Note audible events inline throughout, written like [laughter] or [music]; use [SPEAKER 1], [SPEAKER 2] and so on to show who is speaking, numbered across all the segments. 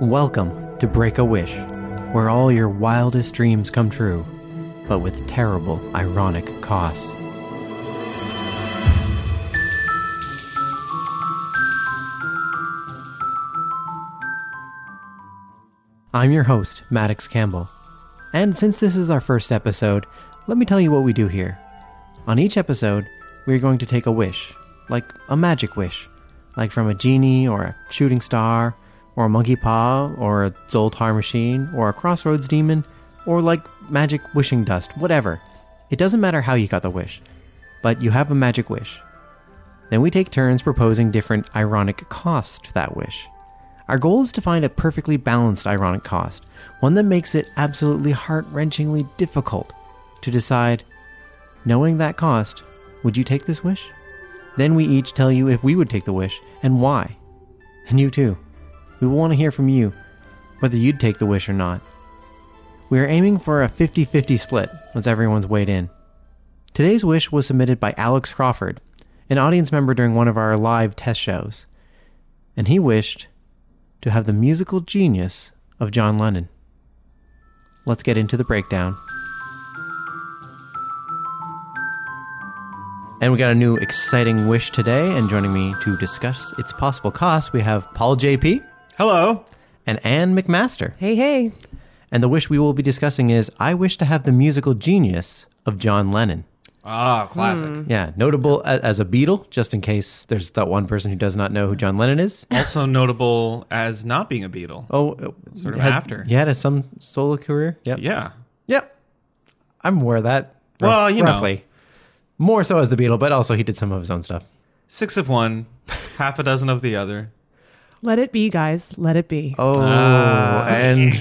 [SPEAKER 1] Welcome to Break a Wish, where all your wildest dreams come true, but with terrible, ironic costs. I'm your host, Maddox Campbell. And since this is our first episode, let me tell you what we do here. On each episode, we're going to take a wish, like a magic wish, like from a genie or a shooting star or a monkey paw or a Zoltar machine or a crossroads demon or like magic wishing dust, whatever. It doesn't matter how you got the wish, but you have a magic wish. Then we take turns proposing different ironic costs to that wish. Our goal is to find a perfectly balanced ironic cost, one that makes it absolutely heart wrenchingly difficult to decide, knowing that cost, would you take this wish? Then we each tell you if we would take the wish and why. And you too. We want to hear from you, whether you'd take the wish or not. We are aiming for a 50 50 split once everyone's weighed in. Today's wish was submitted by Alex Crawford, an audience member during one of our live test shows, and he wished to have the musical genius of John Lennon. Let's get into the breakdown. And we got a new exciting wish today, and joining me to discuss its possible costs, we have Paul JP
[SPEAKER 2] Hello.
[SPEAKER 1] and Anne McMaster.
[SPEAKER 3] Hey, hey.
[SPEAKER 1] And the wish we will be discussing is I wish to have the musical genius of John Lennon.
[SPEAKER 2] Ah, classic.
[SPEAKER 1] Yeah, notable a- as a Beatle, just in case there's that one person who does not know who John Lennon is.
[SPEAKER 2] Also notable as not being a Beatle.
[SPEAKER 1] Oh,
[SPEAKER 2] Sort of
[SPEAKER 1] had,
[SPEAKER 2] after.
[SPEAKER 1] You had a, some solo career? Yep.
[SPEAKER 2] Yeah.
[SPEAKER 1] Yep. I'm aware of that. rough-
[SPEAKER 2] Well, you know.
[SPEAKER 1] roughly. More so as the Beatle, but also he did some of his own stuff.
[SPEAKER 2] Six of one, half a dozen of the other.
[SPEAKER 3] Let it be, guys. Let it be.
[SPEAKER 1] Oh,
[SPEAKER 2] Ah.
[SPEAKER 3] [laughs]
[SPEAKER 1] and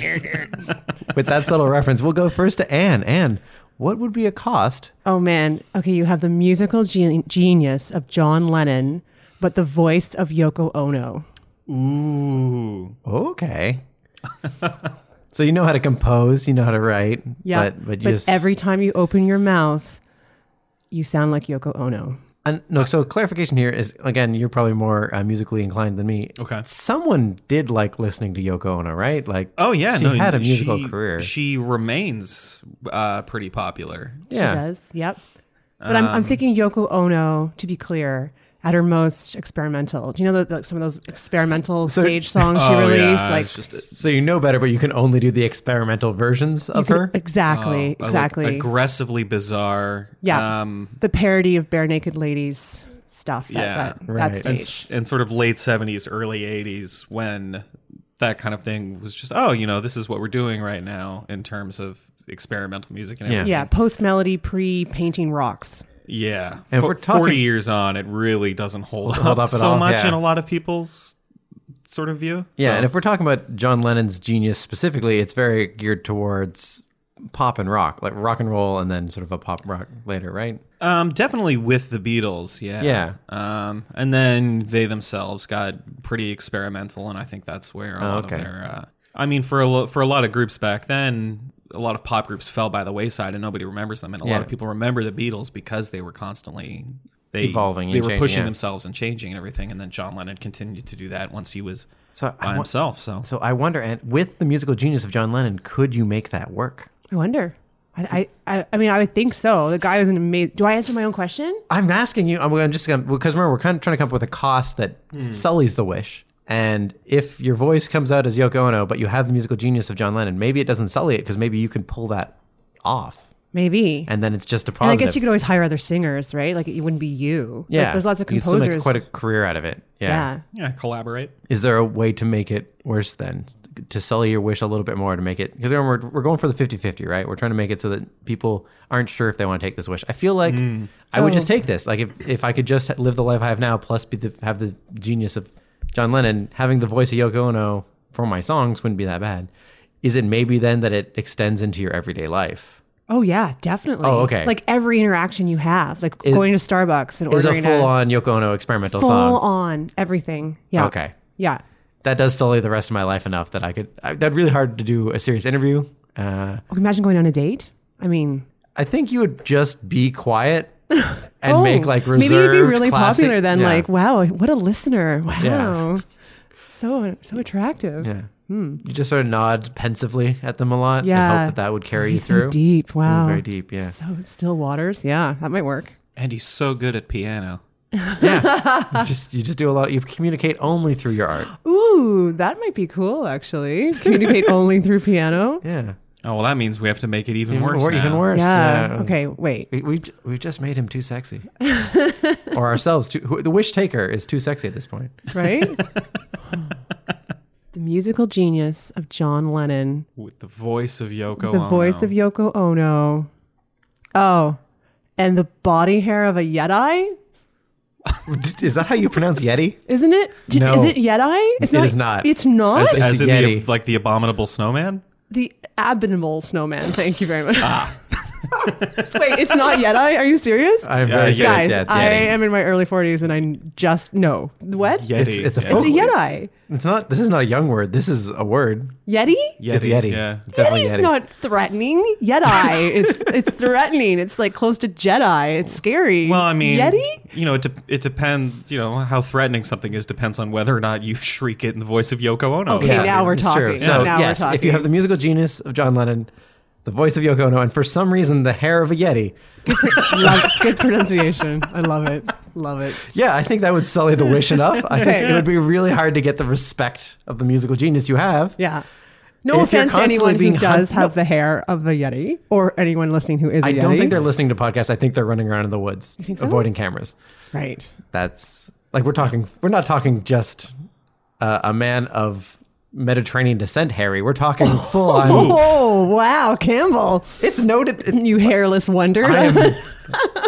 [SPEAKER 1] with that subtle reference, we'll go first to Anne. Anne, what would be a cost?
[SPEAKER 3] Oh, man. Okay, you have the musical gen- genius of John Lennon, but the voice of Yoko Ono.
[SPEAKER 2] Ooh. [laughs]
[SPEAKER 1] Okay. so you know how to compose, you know how to write,
[SPEAKER 3] Yeah.
[SPEAKER 1] but but, just
[SPEAKER 3] every time you open your mouth, you sound like Yoko Ono.
[SPEAKER 1] and, no. So clarification here is again, you're probably more uh, musically inclined than me.
[SPEAKER 2] Okay.
[SPEAKER 1] Someone did like listening to Yoko Ono, right? Like,
[SPEAKER 2] Oh yeah,
[SPEAKER 1] she had a musical
[SPEAKER 2] she-
[SPEAKER 1] career.
[SPEAKER 2] She remains uh, pretty popular.
[SPEAKER 1] yeah,
[SPEAKER 3] She does. Yep. But I'm,
[SPEAKER 2] Um.
[SPEAKER 3] I'm thinking Yoko Ono, to be clear, at her most experimental. Do you know the, the, some of those experimental
[SPEAKER 1] So-
[SPEAKER 3] stage songs she
[SPEAKER 2] Oh,
[SPEAKER 3] released?
[SPEAKER 2] yeah,
[SPEAKER 3] like
[SPEAKER 2] it's just
[SPEAKER 1] So you know better, but you can only do the experimental versions
[SPEAKER 3] you
[SPEAKER 1] of
[SPEAKER 3] could-
[SPEAKER 1] her.
[SPEAKER 3] [laughs]
[SPEAKER 2] uh,
[SPEAKER 3] Exactly.
[SPEAKER 2] like,
[SPEAKER 3] exactly.
[SPEAKER 2] aggressively bizarre.
[SPEAKER 3] Yeah.
[SPEAKER 2] Um,
[SPEAKER 3] the parody of bare naked ladies stuff. That,
[SPEAKER 2] Yeah.
[SPEAKER 3] that,
[SPEAKER 1] Right.
[SPEAKER 3] that
[SPEAKER 2] and,
[SPEAKER 3] stage.
[SPEAKER 2] s- and sort of late seventies, early eighties, when that kind of thing was just oh, you know, this is what we're doing right now in terms of experimental music and
[SPEAKER 1] Yeah.
[SPEAKER 2] everything.
[SPEAKER 3] yeah, post melody, pre painting rocks.
[SPEAKER 2] Yeah.
[SPEAKER 1] And if
[SPEAKER 2] Fo-
[SPEAKER 1] we're talking-
[SPEAKER 2] 40 years on, it really doesn't hold,
[SPEAKER 1] Hold
[SPEAKER 2] up,
[SPEAKER 1] up at
[SPEAKER 2] so
[SPEAKER 1] all,
[SPEAKER 2] much
[SPEAKER 1] yeah.
[SPEAKER 2] in a lot of people's sort of view.
[SPEAKER 1] Yeah,
[SPEAKER 2] So-
[SPEAKER 1] and if we're talking about John Lennon's genius specifically, it's very geared towards pop and rock, like rock and roll, and then sort of a pop rock later, right?
[SPEAKER 2] um, definitely with the Beatles, yeah.
[SPEAKER 1] Yeah.
[SPEAKER 2] Um, and then they themselves got pretty experimental, and I think that's where a lot
[SPEAKER 1] Oh, okay.
[SPEAKER 2] of their. Uh, I mean, for a lo- for a lot of groups back then, a lot of pop groups fell by the wayside, and nobody remembers them. And a
[SPEAKER 1] Yeah.
[SPEAKER 2] lot of people remember the Beatles because they were constantly they,
[SPEAKER 1] Evolving and
[SPEAKER 2] They were
[SPEAKER 1] changing,
[SPEAKER 2] pushing
[SPEAKER 1] yeah.
[SPEAKER 2] themselves and changing and everything. And then John Lennon continued to do that once he was
[SPEAKER 1] So I
[SPEAKER 2] by
[SPEAKER 1] wa-
[SPEAKER 2] himself. So
[SPEAKER 1] So I wonder, and with the musical genius of John Lennon, could you make that work?
[SPEAKER 3] I wonder. I, I, I- I mean, I would think so. The guy was an amazing. Do I answer my own question?
[SPEAKER 1] I'm asking you. I'm, I'm just gonna because remember we're kind of trying to come up with a cost that
[SPEAKER 3] Hmm.
[SPEAKER 1] sullies the wish. And if your voice comes out as Yoko Ono, but you have the musical genius of John Lennon, maybe it doesn't sully it because maybe you can pull that off,
[SPEAKER 3] Maybe. And,
[SPEAKER 1] and then it's just a
[SPEAKER 3] I
[SPEAKER 1] positive.
[SPEAKER 3] guess you could always hire other singers, right? Like it wouldn't be you. Like,
[SPEAKER 1] yeah,
[SPEAKER 3] there's lots of
[SPEAKER 1] You could still
[SPEAKER 3] composers.
[SPEAKER 1] make quite a career out of it.
[SPEAKER 3] yeah.
[SPEAKER 2] yeah, collaborate.
[SPEAKER 1] is there a way to make it worse then to sully your wish a little bit more to make it because we're, we're going for the 50-50 right we're trying to make it so that people aren't sure if they want to take this wish i feel like i would just take this like if, if i could just live the life i have now plus be the, have the genius of john lennon having the voice of yoko ono for my songs wouldn't be that bad is it maybe then that it extends into your everyday life
[SPEAKER 3] Oh yeah, definitely.
[SPEAKER 1] Oh, okay.
[SPEAKER 3] Like every interaction you have, like going to Starbucks and
[SPEAKER 1] is a
[SPEAKER 3] ordering
[SPEAKER 1] full-on yoko ono experimental
[SPEAKER 3] full
[SPEAKER 1] song
[SPEAKER 3] on everything. Yeah.
[SPEAKER 1] okay
[SPEAKER 3] Yeah.
[SPEAKER 1] that does sully the rest of my life enough that i could I, that'd really hard to do a serious interview uh,
[SPEAKER 3] Oh, Imagine going on a date. I mean,
[SPEAKER 1] I think you would just be quiet and
[SPEAKER 3] [laughs] Oh,
[SPEAKER 1] make like reserved.
[SPEAKER 3] Maybe you'd be really
[SPEAKER 1] classic-
[SPEAKER 3] popular then.
[SPEAKER 1] Yeah.
[SPEAKER 3] Like, wow, what a listener! Wow,
[SPEAKER 1] Yeah.
[SPEAKER 3] so so attractive.
[SPEAKER 1] yeah. You just sort of nod pensively at them a lot and
[SPEAKER 3] Hmm. Yeah.
[SPEAKER 1] hope that that would carry
[SPEAKER 3] He's
[SPEAKER 1] you through.
[SPEAKER 3] so deep. Wow.
[SPEAKER 1] Very deep,
[SPEAKER 3] [laughs]
[SPEAKER 1] yeah.
[SPEAKER 3] So still waters. Yeah, that might work.
[SPEAKER 2] And he's so good at piano.
[SPEAKER 1] Yeah. you just you just do a lot you communicate only through your art.
[SPEAKER 3] Ooh, that might be cool actually.
[SPEAKER 1] [laughs]
[SPEAKER 3] Communicate only through piano.
[SPEAKER 1] Yeah.
[SPEAKER 2] Oh well, that means we have to make it even, worse.
[SPEAKER 1] Or even
[SPEAKER 2] now.
[SPEAKER 1] worse.
[SPEAKER 3] Yeah. Okay, wait.
[SPEAKER 1] We, we've, we've just made him too
[SPEAKER 3] [laughs]
[SPEAKER 1] sexy. or ourselves. Too, who, the wish taker is too sexy at this point. [laughs]
[SPEAKER 3] Right? the musical genius of John Lennon,
[SPEAKER 2] With the voice of
[SPEAKER 1] Oh,
[SPEAKER 2] Yoko.
[SPEAKER 3] the voice
[SPEAKER 2] Ono.
[SPEAKER 3] of Yoko Ono. Oh, and the body hair of a Yeti,
[SPEAKER 1] Is that how you pronounce Yeti?
[SPEAKER 3] isn't it? J-
[SPEAKER 1] No.
[SPEAKER 3] Is it Yeti? It's
[SPEAKER 1] It is not.
[SPEAKER 3] It's not
[SPEAKER 2] as,
[SPEAKER 1] It's
[SPEAKER 2] as
[SPEAKER 1] a
[SPEAKER 2] in the,
[SPEAKER 1] Yeti.
[SPEAKER 2] like the abominable snowman.
[SPEAKER 3] the abominable snowman. Thank you very much.
[SPEAKER 1] Ah.
[SPEAKER 3] [laughs] wait, it's not Yeti. Are you serious?
[SPEAKER 1] I'm
[SPEAKER 2] Yeah,
[SPEAKER 1] very
[SPEAKER 2] yeah,
[SPEAKER 1] serious.
[SPEAKER 3] Guys,
[SPEAKER 1] Yeah, it's
[SPEAKER 3] I
[SPEAKER 1] Yeti.
[SPEAKER 3] am in my early 40s and I just no. What?
[SPEAKER 2] Yeti.
[SPEAKER 1] It's- it's a
[SPEAKER 2] yeah.
[SPEAKER 3] It's a
[SPEAKER 1] folk-
[SPEAKER 3] Yeti.
[SPEAKER 1] It's not. This is not a young word. This is a word.
[SPEAKER 3] Yeti?
[SPEAKER 2] Yeti.
[SPEAKER 1] It's Yeti.
[SPEAKER 2] Yeah.
[SPEAKER 1] It's definitely
[SPEAKER 3] Yeti's
[SPEAKER 1] Yeti.
[SPEAKER 3] not threatening. Yeti is it's threatening. It's like close to Jedi. It's scary.
[SPEAKER 2] Well, I mean, [laughs]
[SPEAKER 3] Yeti?
[SPEAKER 2] You know, it de- it depends. You know how threatening something is depends on whether or not you [laughs] shriek it in the voice of Yoko Ono.
[SPEAKER 3] Okay, now- we're
[SPEAKER 1] it's true.
[SPEAKER 3] talking.
[SPEAKER 1] So
[SPEAKER 3] Now we're
[SPEAKER 1] yes, if you
[SPEAKER 3] talking.
[SPEAKER 1] have the musical genius of John Lennon, the voice of Yoko Ono, and for some reason the hair of a Yeti,
[SPEAKER 3] Love- good pronunciation. I love it. Love it.
[SPEAKER 1] yeah, I think that would sully the wish enough. I think
[SPEAKER 3] Okay.
[SPEAKER 1] it would be really hard to get the respect of the musical genius you have.
[SPEAKER 3] Yeah. No
[SPEAKER 1] If you're
[SPEAKER 3] offense to anyone
[SPEAKER 1] constantly
[SPEAKER 3] who
[SPEAKER 1] being
[SPEAKER 3] does
[SPEAKER 1] hunt-
[SPEAKER 3] have the hair of the Yeti or anyone listening who is a
[SPEAKER 1] I
[SPEAKER 3] Yeti.
[SPEAKER 1] don't think they're listening to podcasts. I think they're running around in the woods,
[SPEAKER 3] think so?
[SPEAKER 1] avoiding cameras.
[SPEAKER 3] right.
[SPEAKER 1] That's like we're talking. We're not talking just uh, a man of Mediterranean descent, Harry. We're talking
[SPEAKER 3] [laughs]
[SPEAKER 1] full on.
[SPEAKER 3] Oh wow, Campbell.
[SPEAKER 1] It's noted. it-
[SPEAKER 3] You hairless wonder.
[SPEAKER 1] I am.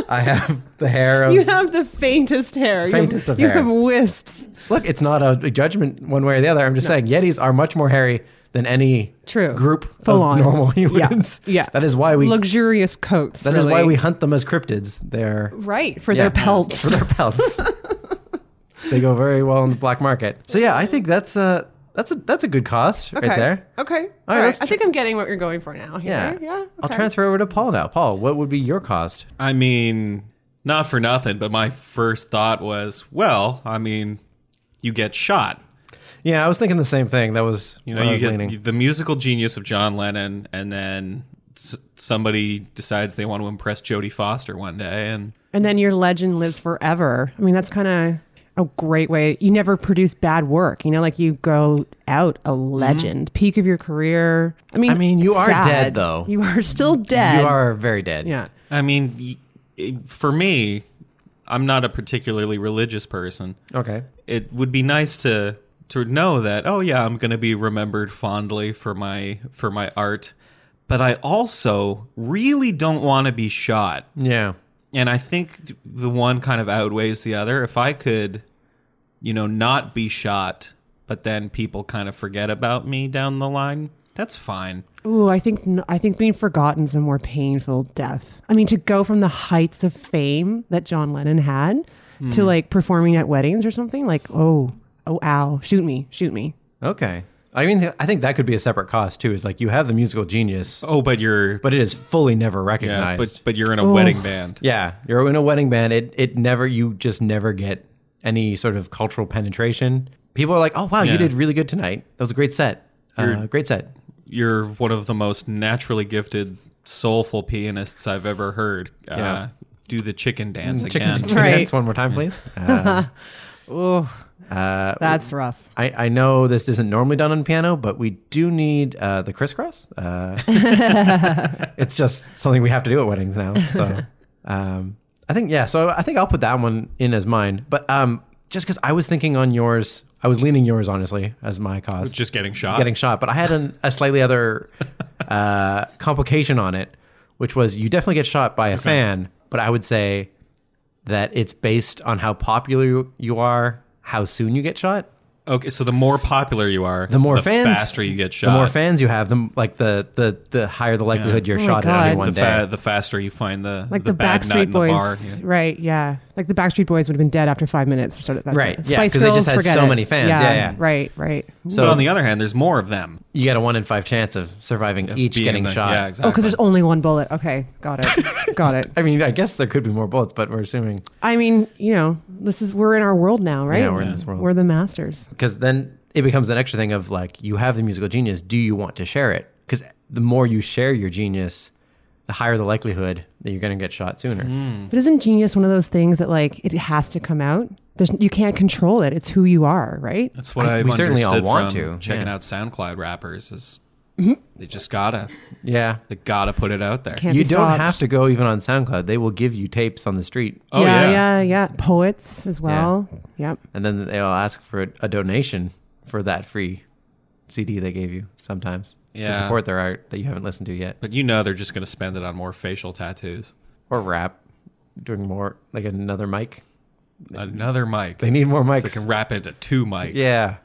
[SPEAKER 1] I have the hair of.
[SPEAKER 3] [laughs] You have the faintest hair. You have-
[SPEAKER 1] Faintest of
[SPEAKER 3] you
[SPEAKER 1] hair.
[SPEAKER 3] have wisps.
[SPEAKER 1] look, it's not a judgment one way or the other. I'm just saying Yetis are much more hairy than any
[SPEAKER 3] True.
[SPEAKER 1] group
[SPEAKER 3] Full
[SPEAKER 1] of
[SPEAKER 3] on.
[SPEAKER 1] normal
[SPEAKER 3] Yeah.
[SPEAKER 1] humans.
[SPEAKER 3] Yeah.
[SPEAKER 1] that is why we. That is
[SPEAKER 3] Luxurious coats. That is
[SPEAKER 1] why we hunt them as cryptids. They're
[SPEAKER 3] right for
[SPEAKER 1] yeah,
[SPEAKER 3] their pelts.
[SPEAKER 1] For their pelts.
[SPEAKER 3] [laughs]
[SPEAKER 1] they go very well in the black market. So yeah, I think that's a that's a that's a good cost [laughs] right there.
[SPEAKER 3] Okay. All right.
[SPEAKER 1] let's
[SPEAKER 3] I think I'm getting what you're going for now. Here.
[SPEAKER 1] Yeah.
[SPEAKER 3] Yeah.
[SPEAKER 1] I'll
[SPEAKER 3] okay.
[SPEAKER 1] transfer over to Paul now. Paul, what would be your cost?
[SPEAKER 2] I mean, not for nothing, but my first thought was, well, I mean, you get shot.
[SPEAKER 1] Yeah, I was thinking the same thing. That was
[SPEAKER 2] You
[SPEAKER 1] where
[SPEAKER 2] know,
[SPEAKER 1] I
[SPEAKER 2] you
[SPEAKER 1] was
[SPEAKER 2] get
[SPEAKER 1] leaning.
[SPEAKER 2] the musical genius of John Lennon, and then s- somebody decides they want to impress Jodie Foster one day, and
[SPEAKER 3] And then your legend lives forever. I mean, that's kind of a great way. You never produce bad work. You know, like you go out a legend, peak of your career. I mean,
[SPEAKER 1] Mm-hmm. I mean, you are
[SPEAKER 3] sad.
[SPEAKER 1] dead, though.
[SPEAKER 3] You are still dead.
[SPEAKER 1] you are very dead.
[SPEAKER 3] Yeah.
[SPEAKER 2] I mean, y- it- for me, I'm not a particularly religious person.
[SPEAKER 1] Okay.
[SPEAKER 2] It would be nice to to know that, oh yeah, I'm going to be remembered fondly for my for my art, but I also really don't want to be shot.
[SPEAKER 1] Yeah.
[SPEAKER 2] and I think the one kind of outweighs the other. If I could, you know, not be shot, but then people kind of forget about me down the line, that's fine.
[SPEAKER 3] Ooh, I think I think being forgotten is a more painful death. I mean, to go from the heights of fame that John Lennon had
[SPEAKER 1] Mm.
[SPEAKER 3] to like performing at weddings or something, like oh, oh, ow, shoot me, shoot me.
[SPEAKER 1] Okay. I mean, I think that could be a separate cost too. Is like you have the musical genius,
[SPEAKER 2] Oh, but you're
[SPEAKER 1] but it is fully never
[SPEAKER 2] yeah,
[SPEAKER 1] recognized. Yeah,
[SPEAKER 2] but but you're in
[SPEAKER 1] Oh,
[SPEAKER 2] a wedding band.
[SPEAKER 1] you're in a wedding band. It it never you just never get any sort of cultural penetration. People are like, oh wow, you
[SPEAKER 2] Yeah.
[SPEAKER 1] did really good tonight. That was a great set. Uh,
[SPEAKER 2] You're-
[SPEAKER 1] great set.
[SPEAKER 2] You're one of the most naturally gifted, soulful pianists I've ever heard.
[SPEAKER 1] Yeah.
[SPEAKER 2] Uh, do the chicken dance
[SPEAKER 1] Mm, Chicken
[SPEAKER 2] again.
[SPEAKER 1] chicken
[SPEAKER 3] Right.
[SPEAKER 1] dance one more time, please. Uh, uh,
[SPEAKER 3] That's rough.
[SPEAKER 1] I, I know this isn't normally done on piano, but we do need uh, the crisscross. Uh, [laughs] it's just something we have to do at weddings now. So um, I think, yeah, so I think I'll put that one in as mine. But um, just because I was thinking on yours, I was leaning yours, honestly, as my cause.
[SPEAKER 2] [laughs] Just getting shot.
[SPEAKER 1] Getting shot. But I had an, a slightly other uh, complication on it, which was you definitely get shot by a fan, but I would say that it's based on how popular you- you are, how soon you get shot
[SPEAKER 2] okay, so the more popular you are,
[SPEAKER 1] the more fans
[SPEAKER 2] faster you get shot.
[SPEAKER 1] the more fans you have them like the the the higher the likelihood you're
[SPEAKER 3] Oh my
[SPEAKER 1] shot at any
[SPEAKER 3] God.
[SPEAKER 1] one
[SPEAKER 2] the,
[SPEAKER 1] day
[SPEAKER 2] fa- the faster you find the
[SPEAKER 3] Like
[SPEAKER 2] the,
[SPEAKER 3] the,
[SPEAKER 2] bad nut
[SPEAKER 3] Backstreet
[SPEAKER 2] in the
[SPEAKER 3] Boys,
[SPEAKER 2] bar. Yeah.
[SPEAKER 3] right? Yeah, like the Backstreet Boys would have been dead after five minutes or sort of. That's
[SPEAKER 1] Right,
[SPEAKER 3] It.
[SPEAKER 1] yeah,
[SPEAKER 3] Spice
[SPEAKER 1] 'cause they
[SPEAKER 3] Girls,
[SPEAKER 1] just had
[SPEAKER 3] forget
[SPEAKER 1] so
[SPEAKER 3] it.
[SPEAKER 1] many fans. Yeah, yeah.
[SPEAKER 3] Right. Right.
[SPEAKER 1] so
[SPEAKER 2] but on the other hand, there's more of them.
[SPEAKER 1] you get a one in five chance of surviving each
[SPEAKER 2] being
[SPEAKER 1] getting
[SPEAKER 2] the-
[SPEAKER 1] shot
[SPEAKER 2] Yeah,
[SPEAKER 3] Oh,
[SPEAKER 2] exactly.
[SPEAKER 3] because there's only one bullet. Okay, got
[SPEAKER 1] [laughs]
[SPEAKER 3] it. got it.
[SPEAKER 1] i mean i guess there could be more bullets but we're assuming
[SPEAKER 3] I mean, you know, this is we're in our world now, right?
[SPEAKER 1] Yeah, we're in this world.
[SPEAKER 3] We're the masters.
[SPEAKER 1] because then it becomes an extra thing of like you have the musical genius do you want to share it because the more you share your genius the higher the likelihood that you're going to get shot sooner
[SPEAKER 2] Hmm.
[SPEAKER 3] But isn't genius one of those things that like it has to come out? There's you can't control it. It's who you are, right?
[SPEAKER 2] That's what
[SPEAKER 1] I-
[SPEAKER 2] I, have
[SPEAKER 1] we certainly all
[SPEAKER 2] understood
[SPEAKER 1] want to,
[SPEAKER 2] from
[SPEAKER 1] yeah.
[SPEAKER 2] checking
[SPEAKER 1] Mm-hmm.
[SPEAKER 2] out SoundCloud rappers is they just gotta
[SPEAKER 1] yeah
[SPEAKER 2] they gotta put it out there.
[SPEAKER 3] Can't
[SPEAKER 1] you
[SPEAKER 3] be
[SPEAKER 1] don't
[SPEAKER 3] stopped.
[SPEAKER 1] have to go even on soundcloud they will give you tapes on the street
[SPEAKER 2] Oh,
[SPEAKER 3] yeah, yeah,
[SPEAKER 2] yeah.
[SPEAKER 3] yeah. Poets as well. Yep.
[SPEAKER 1] and then they'll ask for a, a donation for that free cd they gave you sometimes to
[SPEAKER 2] Yeah.
[SPEAKER 1] support their art that you haven't listened to yet
[SPEAKER 2] But you know they're just gonna spend it on more facial tattoos.
[SPEAKER 1] or rap doing more like another mic [laughs]
[SPEAKER 2] Another mic.
[SPEAKER 1] they need more
[SPEAKER 2] so they
[SPEAKER 1] mics
[SPEAKER 2] can wrap into two mics.
[SPEAKER 1] yeah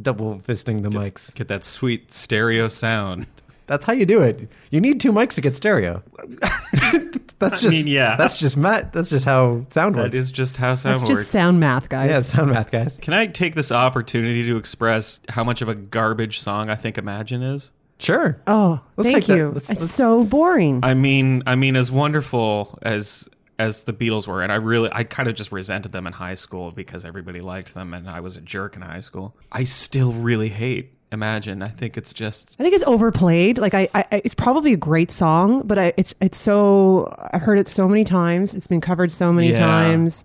[SPEAKER 1] double fisting the mics
[SPEAKER 2] Get that sweet stereo sound.
[SPEAKER 1] That's how you do it. You need two mics to get stereo. [laughs] that's
[SPEAKER 2] I
[SPEAKER 1] just
[SPEAKER 2] mean, yeah.
[SPEAKER 1] That's just Matt. That's just how sound
[SPEAKER 2] That
[SPEAKER 1] works.
[SPEAKER 2] is just how sound
[SPEAKER 3] That's
[SPEAKER 2] works.
[SPEAKER 3] just sound math, guys.
[SPEAKER 1] yeah, sound math guys.
[SPEAKER 2] Can I take this opportunity to express how much of a garbage song I think Imagine is?
[SPEAKER 1] Sure.
[SPEAKER 3] Oh,
[SPEAKER 1] Let's
[SPEAKER 3] thank
[SPEAKER 1] take that-
[SPEAKER 3] you.
[SPEAKER 1] let's-
[SPEAKER 3] it's
[SPEAKER 1] let's-
[SPEAKER 3] so boring.
[SPEAKER 2] I mean, I mean, as wonderful as as the Beatles were, and I really, I kind of just resented them in high school because everybody liked them, and I was a jerk in high school. I still really hate Imagine. I think it's just
[SPEAKER 3] I think it's overplayed. Like I, I, I- it's probably a great song, but I, it's it's so I've heard it so many times. It's been covered so many
[SPEAKER 2] Yeah.
[SPEAKER 3] times.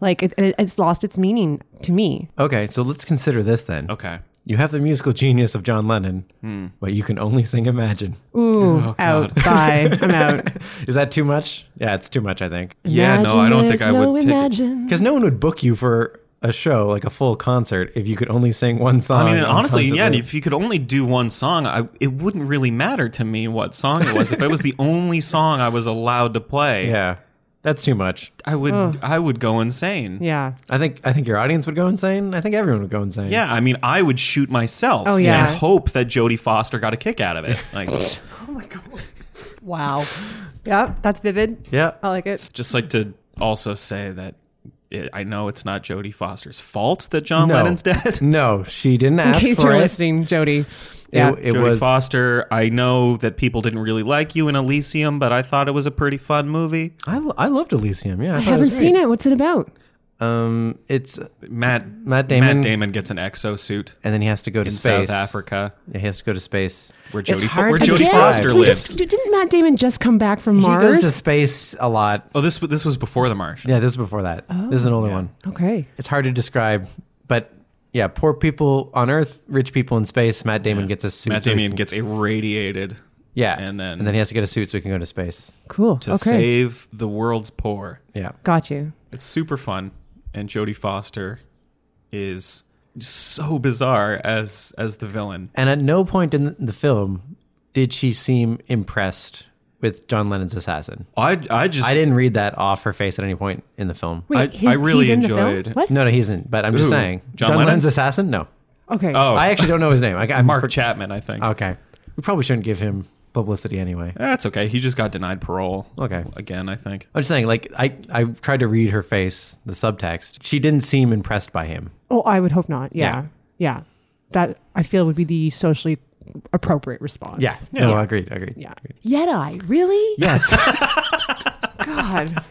[SPEAKER 3] Like it, and it, it's lost its meaning to me.
[SPEAKER 1] Okay, so let's consider this then.
[SPEAKER 2] okay. Hmm.
[SPEAKER 1] You have the musical genius of John Lennon, but you can only sing Imagine.
[SPEAKER 2] Oh,
[SPEAKER 3] Ooh, out. Bye.
[SPEAKER 2] [laughs]
[SPEAKER 3] I'm out.
[SPEAKER 1] [laughs] Is that too much? Yeah, it's too much, I think.
[SPEAKER 2] Yeah, no, I don't think I
[SPEAKER 3] Imagine
[SPEAKER 2] would
[SPEAKER 3] there's
[SPEAKER 2] take
[SPEAKER 3] no
[SPEAKER 2] it.
[SPEAKER 3] imagine.
[SPEAKER 1] Because no one would book you for a show, like a full concert, if you could only sing one song.
[SPEAKER 2] I mean,
[SPEAKER 1] on
[SPEAKER 2] honestly,
[SPEAKER 1] constant
[SPEAKER 2] yeah.
[SPEAKER 1] loop.
[SPEAKER 2] If you could only do one song, I, it wouldn't really matter to me what song it was. if it was
[SPEAKER 3] [laughs]
[SPEAKER 2] the only song I was allowed to play,
[SPEAKER 1] yeah, that's too much.
[SPEAKER 2] I would, I would go insane.
[SPEAKER 3] Yeah.
[SPEAKER 1] I think I think your audience would go insane. I think everyone would go insane.
[SPEAKER 2] Yeah, I mean, I would shoot myself.
[SPEAKER 3] Oh, yeah.
[SPEAKER 2] and hope that Jodie Foster got a kick out of it. Like,
[SPEAKER 3] Wow. Yeah, that's vivid.
[SPEAKER 1] yeah.
[SPEAKER 3] I like it.
[SPEAKER 2] just like to also say that it, I know it's not Jodie Foster's fault that John
[SPEAKER 1] No.
[SPEAKER 2] Lennon's dead.
[SPEAKER 1] No, she didn't
[SPEAKER 3] In
[SPEAKER 1] ask
[SPEAKER 3] case
[SPEAKER 1] for
[SPEAKER 3] you're
[SPEAKER 1] it.
[SPEAKER 3] listening, Jody.
[SPEAKER 1] It-
[SPEAKER 3] Yeah.
[SPEAKER 1] It,
[SPEAKER 2] [laughs] Jodie
[SPEAKER 1] was
[SPEAKER 2] Foster. I know that people didn't really like you in Elysium, but I thought it was a pretty fun movie.
[SPEAKER 1] I, lo- I loved Elysium. Yeah,
[SPEAKER 3] I haven't seen it. What's it about?
[SPEAKER 1] Um, it's
[SPEAKER 2] Matt
[SPEAKER 1] Matt Damon.
[SPEAKER 2] Matt Damon gets an exosuit
[SPEAKER 1] and then he has to go to
[SPEAKER 2] in
[SPEAKER 1] space.
[SPEAKER 2] South Africa
[SPEAKER 1] Yeah, he has to go to space.
[SPEAKER 2] where
[SPEAKER 1] It's
[SPEAKER 2] Jodie
[SPEAKER 1] hard
[SPEAKER 2] where
[SPEAKER 1] to
[SPEAKER 2] Jodie
[SPEAKER 1] describe.
[SPEAKER 2] Foster
[SPEAKER 3] Can we
[SPEAKER 2] lives.
[SPEAKER 3] just- didn't Matt Damon just come back from
[SPEAKER 1] He
[SPEAKER 3] Mars?
[SPEAKER 1] goes to space a lot.
[SPEAKER 2] oh, this this was before The Martian.
[SPEAKER 1] Yeah, this is before that. this is an
[SPEAKER 3] Oh.
[SPEAKER 1] older one.
[SPEAKER 3] okay.
[SPEAKER 1] It's hard to describe, but yeah, poor people on Earth, rich people in space. Matt Damon gets a suit.
[SPEAKER 2] Matt
[SPEAKER 1] so he
[SPEAKER 2] Damon
[SPEAKER 1] can-
[SPEAKER 2] gets irradiated
[SPEAKER 1] yeah,
[SPEAKER 2] and then-
[SPEAKER 1] and then he has to get a suit so he can go to space.
[SPEAKER 3] Cool.
[SPEAKER 2] to
[SPEAKER 3] okay.
[SPEAKER 2] save the world's poor.
[SPEAKER 1] Yeah,
[SPEAKER 3] Got you.
[SPEAKER 2] It's super fun, and Jodie Foster is so bizarre as as the villain.
[SPEAKER 1] and at no point in the film did she seem impressed with John Lennon's assassin.
[SPEAKER 2] I I just
[SPEAKER 1] I didn't read that off her face at any point in the film.
[SPEAKER 3] Wait,
[SPEAKER 2] I- I really
[SPEAKER 3] in the film?
[SPEAKER 2] enjoyed-
[SPEAKER 3] What?
[SPEAKER 1] No, no, he isn't. But I'm just
[SPEAKER 2] Who?
[SPEAKER 1] saying, John,
[SPEAKER 2] John Lennon?
[SPEAKER 1] Lennon's assassin. No,
[SPEAKER 3] Okay.
[SPEAKER 2] Oh,
[SPEAKER 1] I actually don't know his name. I, I'm
[SPEAKER 2] Mark
[SPEAKER 1] pre-
[SPEAKER 2] Chapman, I think.
[SPEAKER 1] okay, we probably shouldn't give him publicity anyway.
[SPEAKER 2] That's okay. He just got denied parole.
[SPEAKER 1] Okay.
[SPEAKER 2] Again, I think.
[SPEAKER 1] I'm just saying, like I, I tried to read her face, the subtext. She didn't seem impressed by him.
[SPEAKER 3] Oh, I would hope not. Yeah.
[SPEAKER 1] Yeah.
[SPEAKER 3] yeah. That I feel would be the socially appropriate response.
[SPEAKER 1] no, agreed, agreed.
[SPEAKER 3] Yeah. Yeti,
[SPEAKER 1] [laughs]
[SPEAKER 3] really? [laughs]
[SPEAKER 1] Yes,
[SPEAKER 3] God.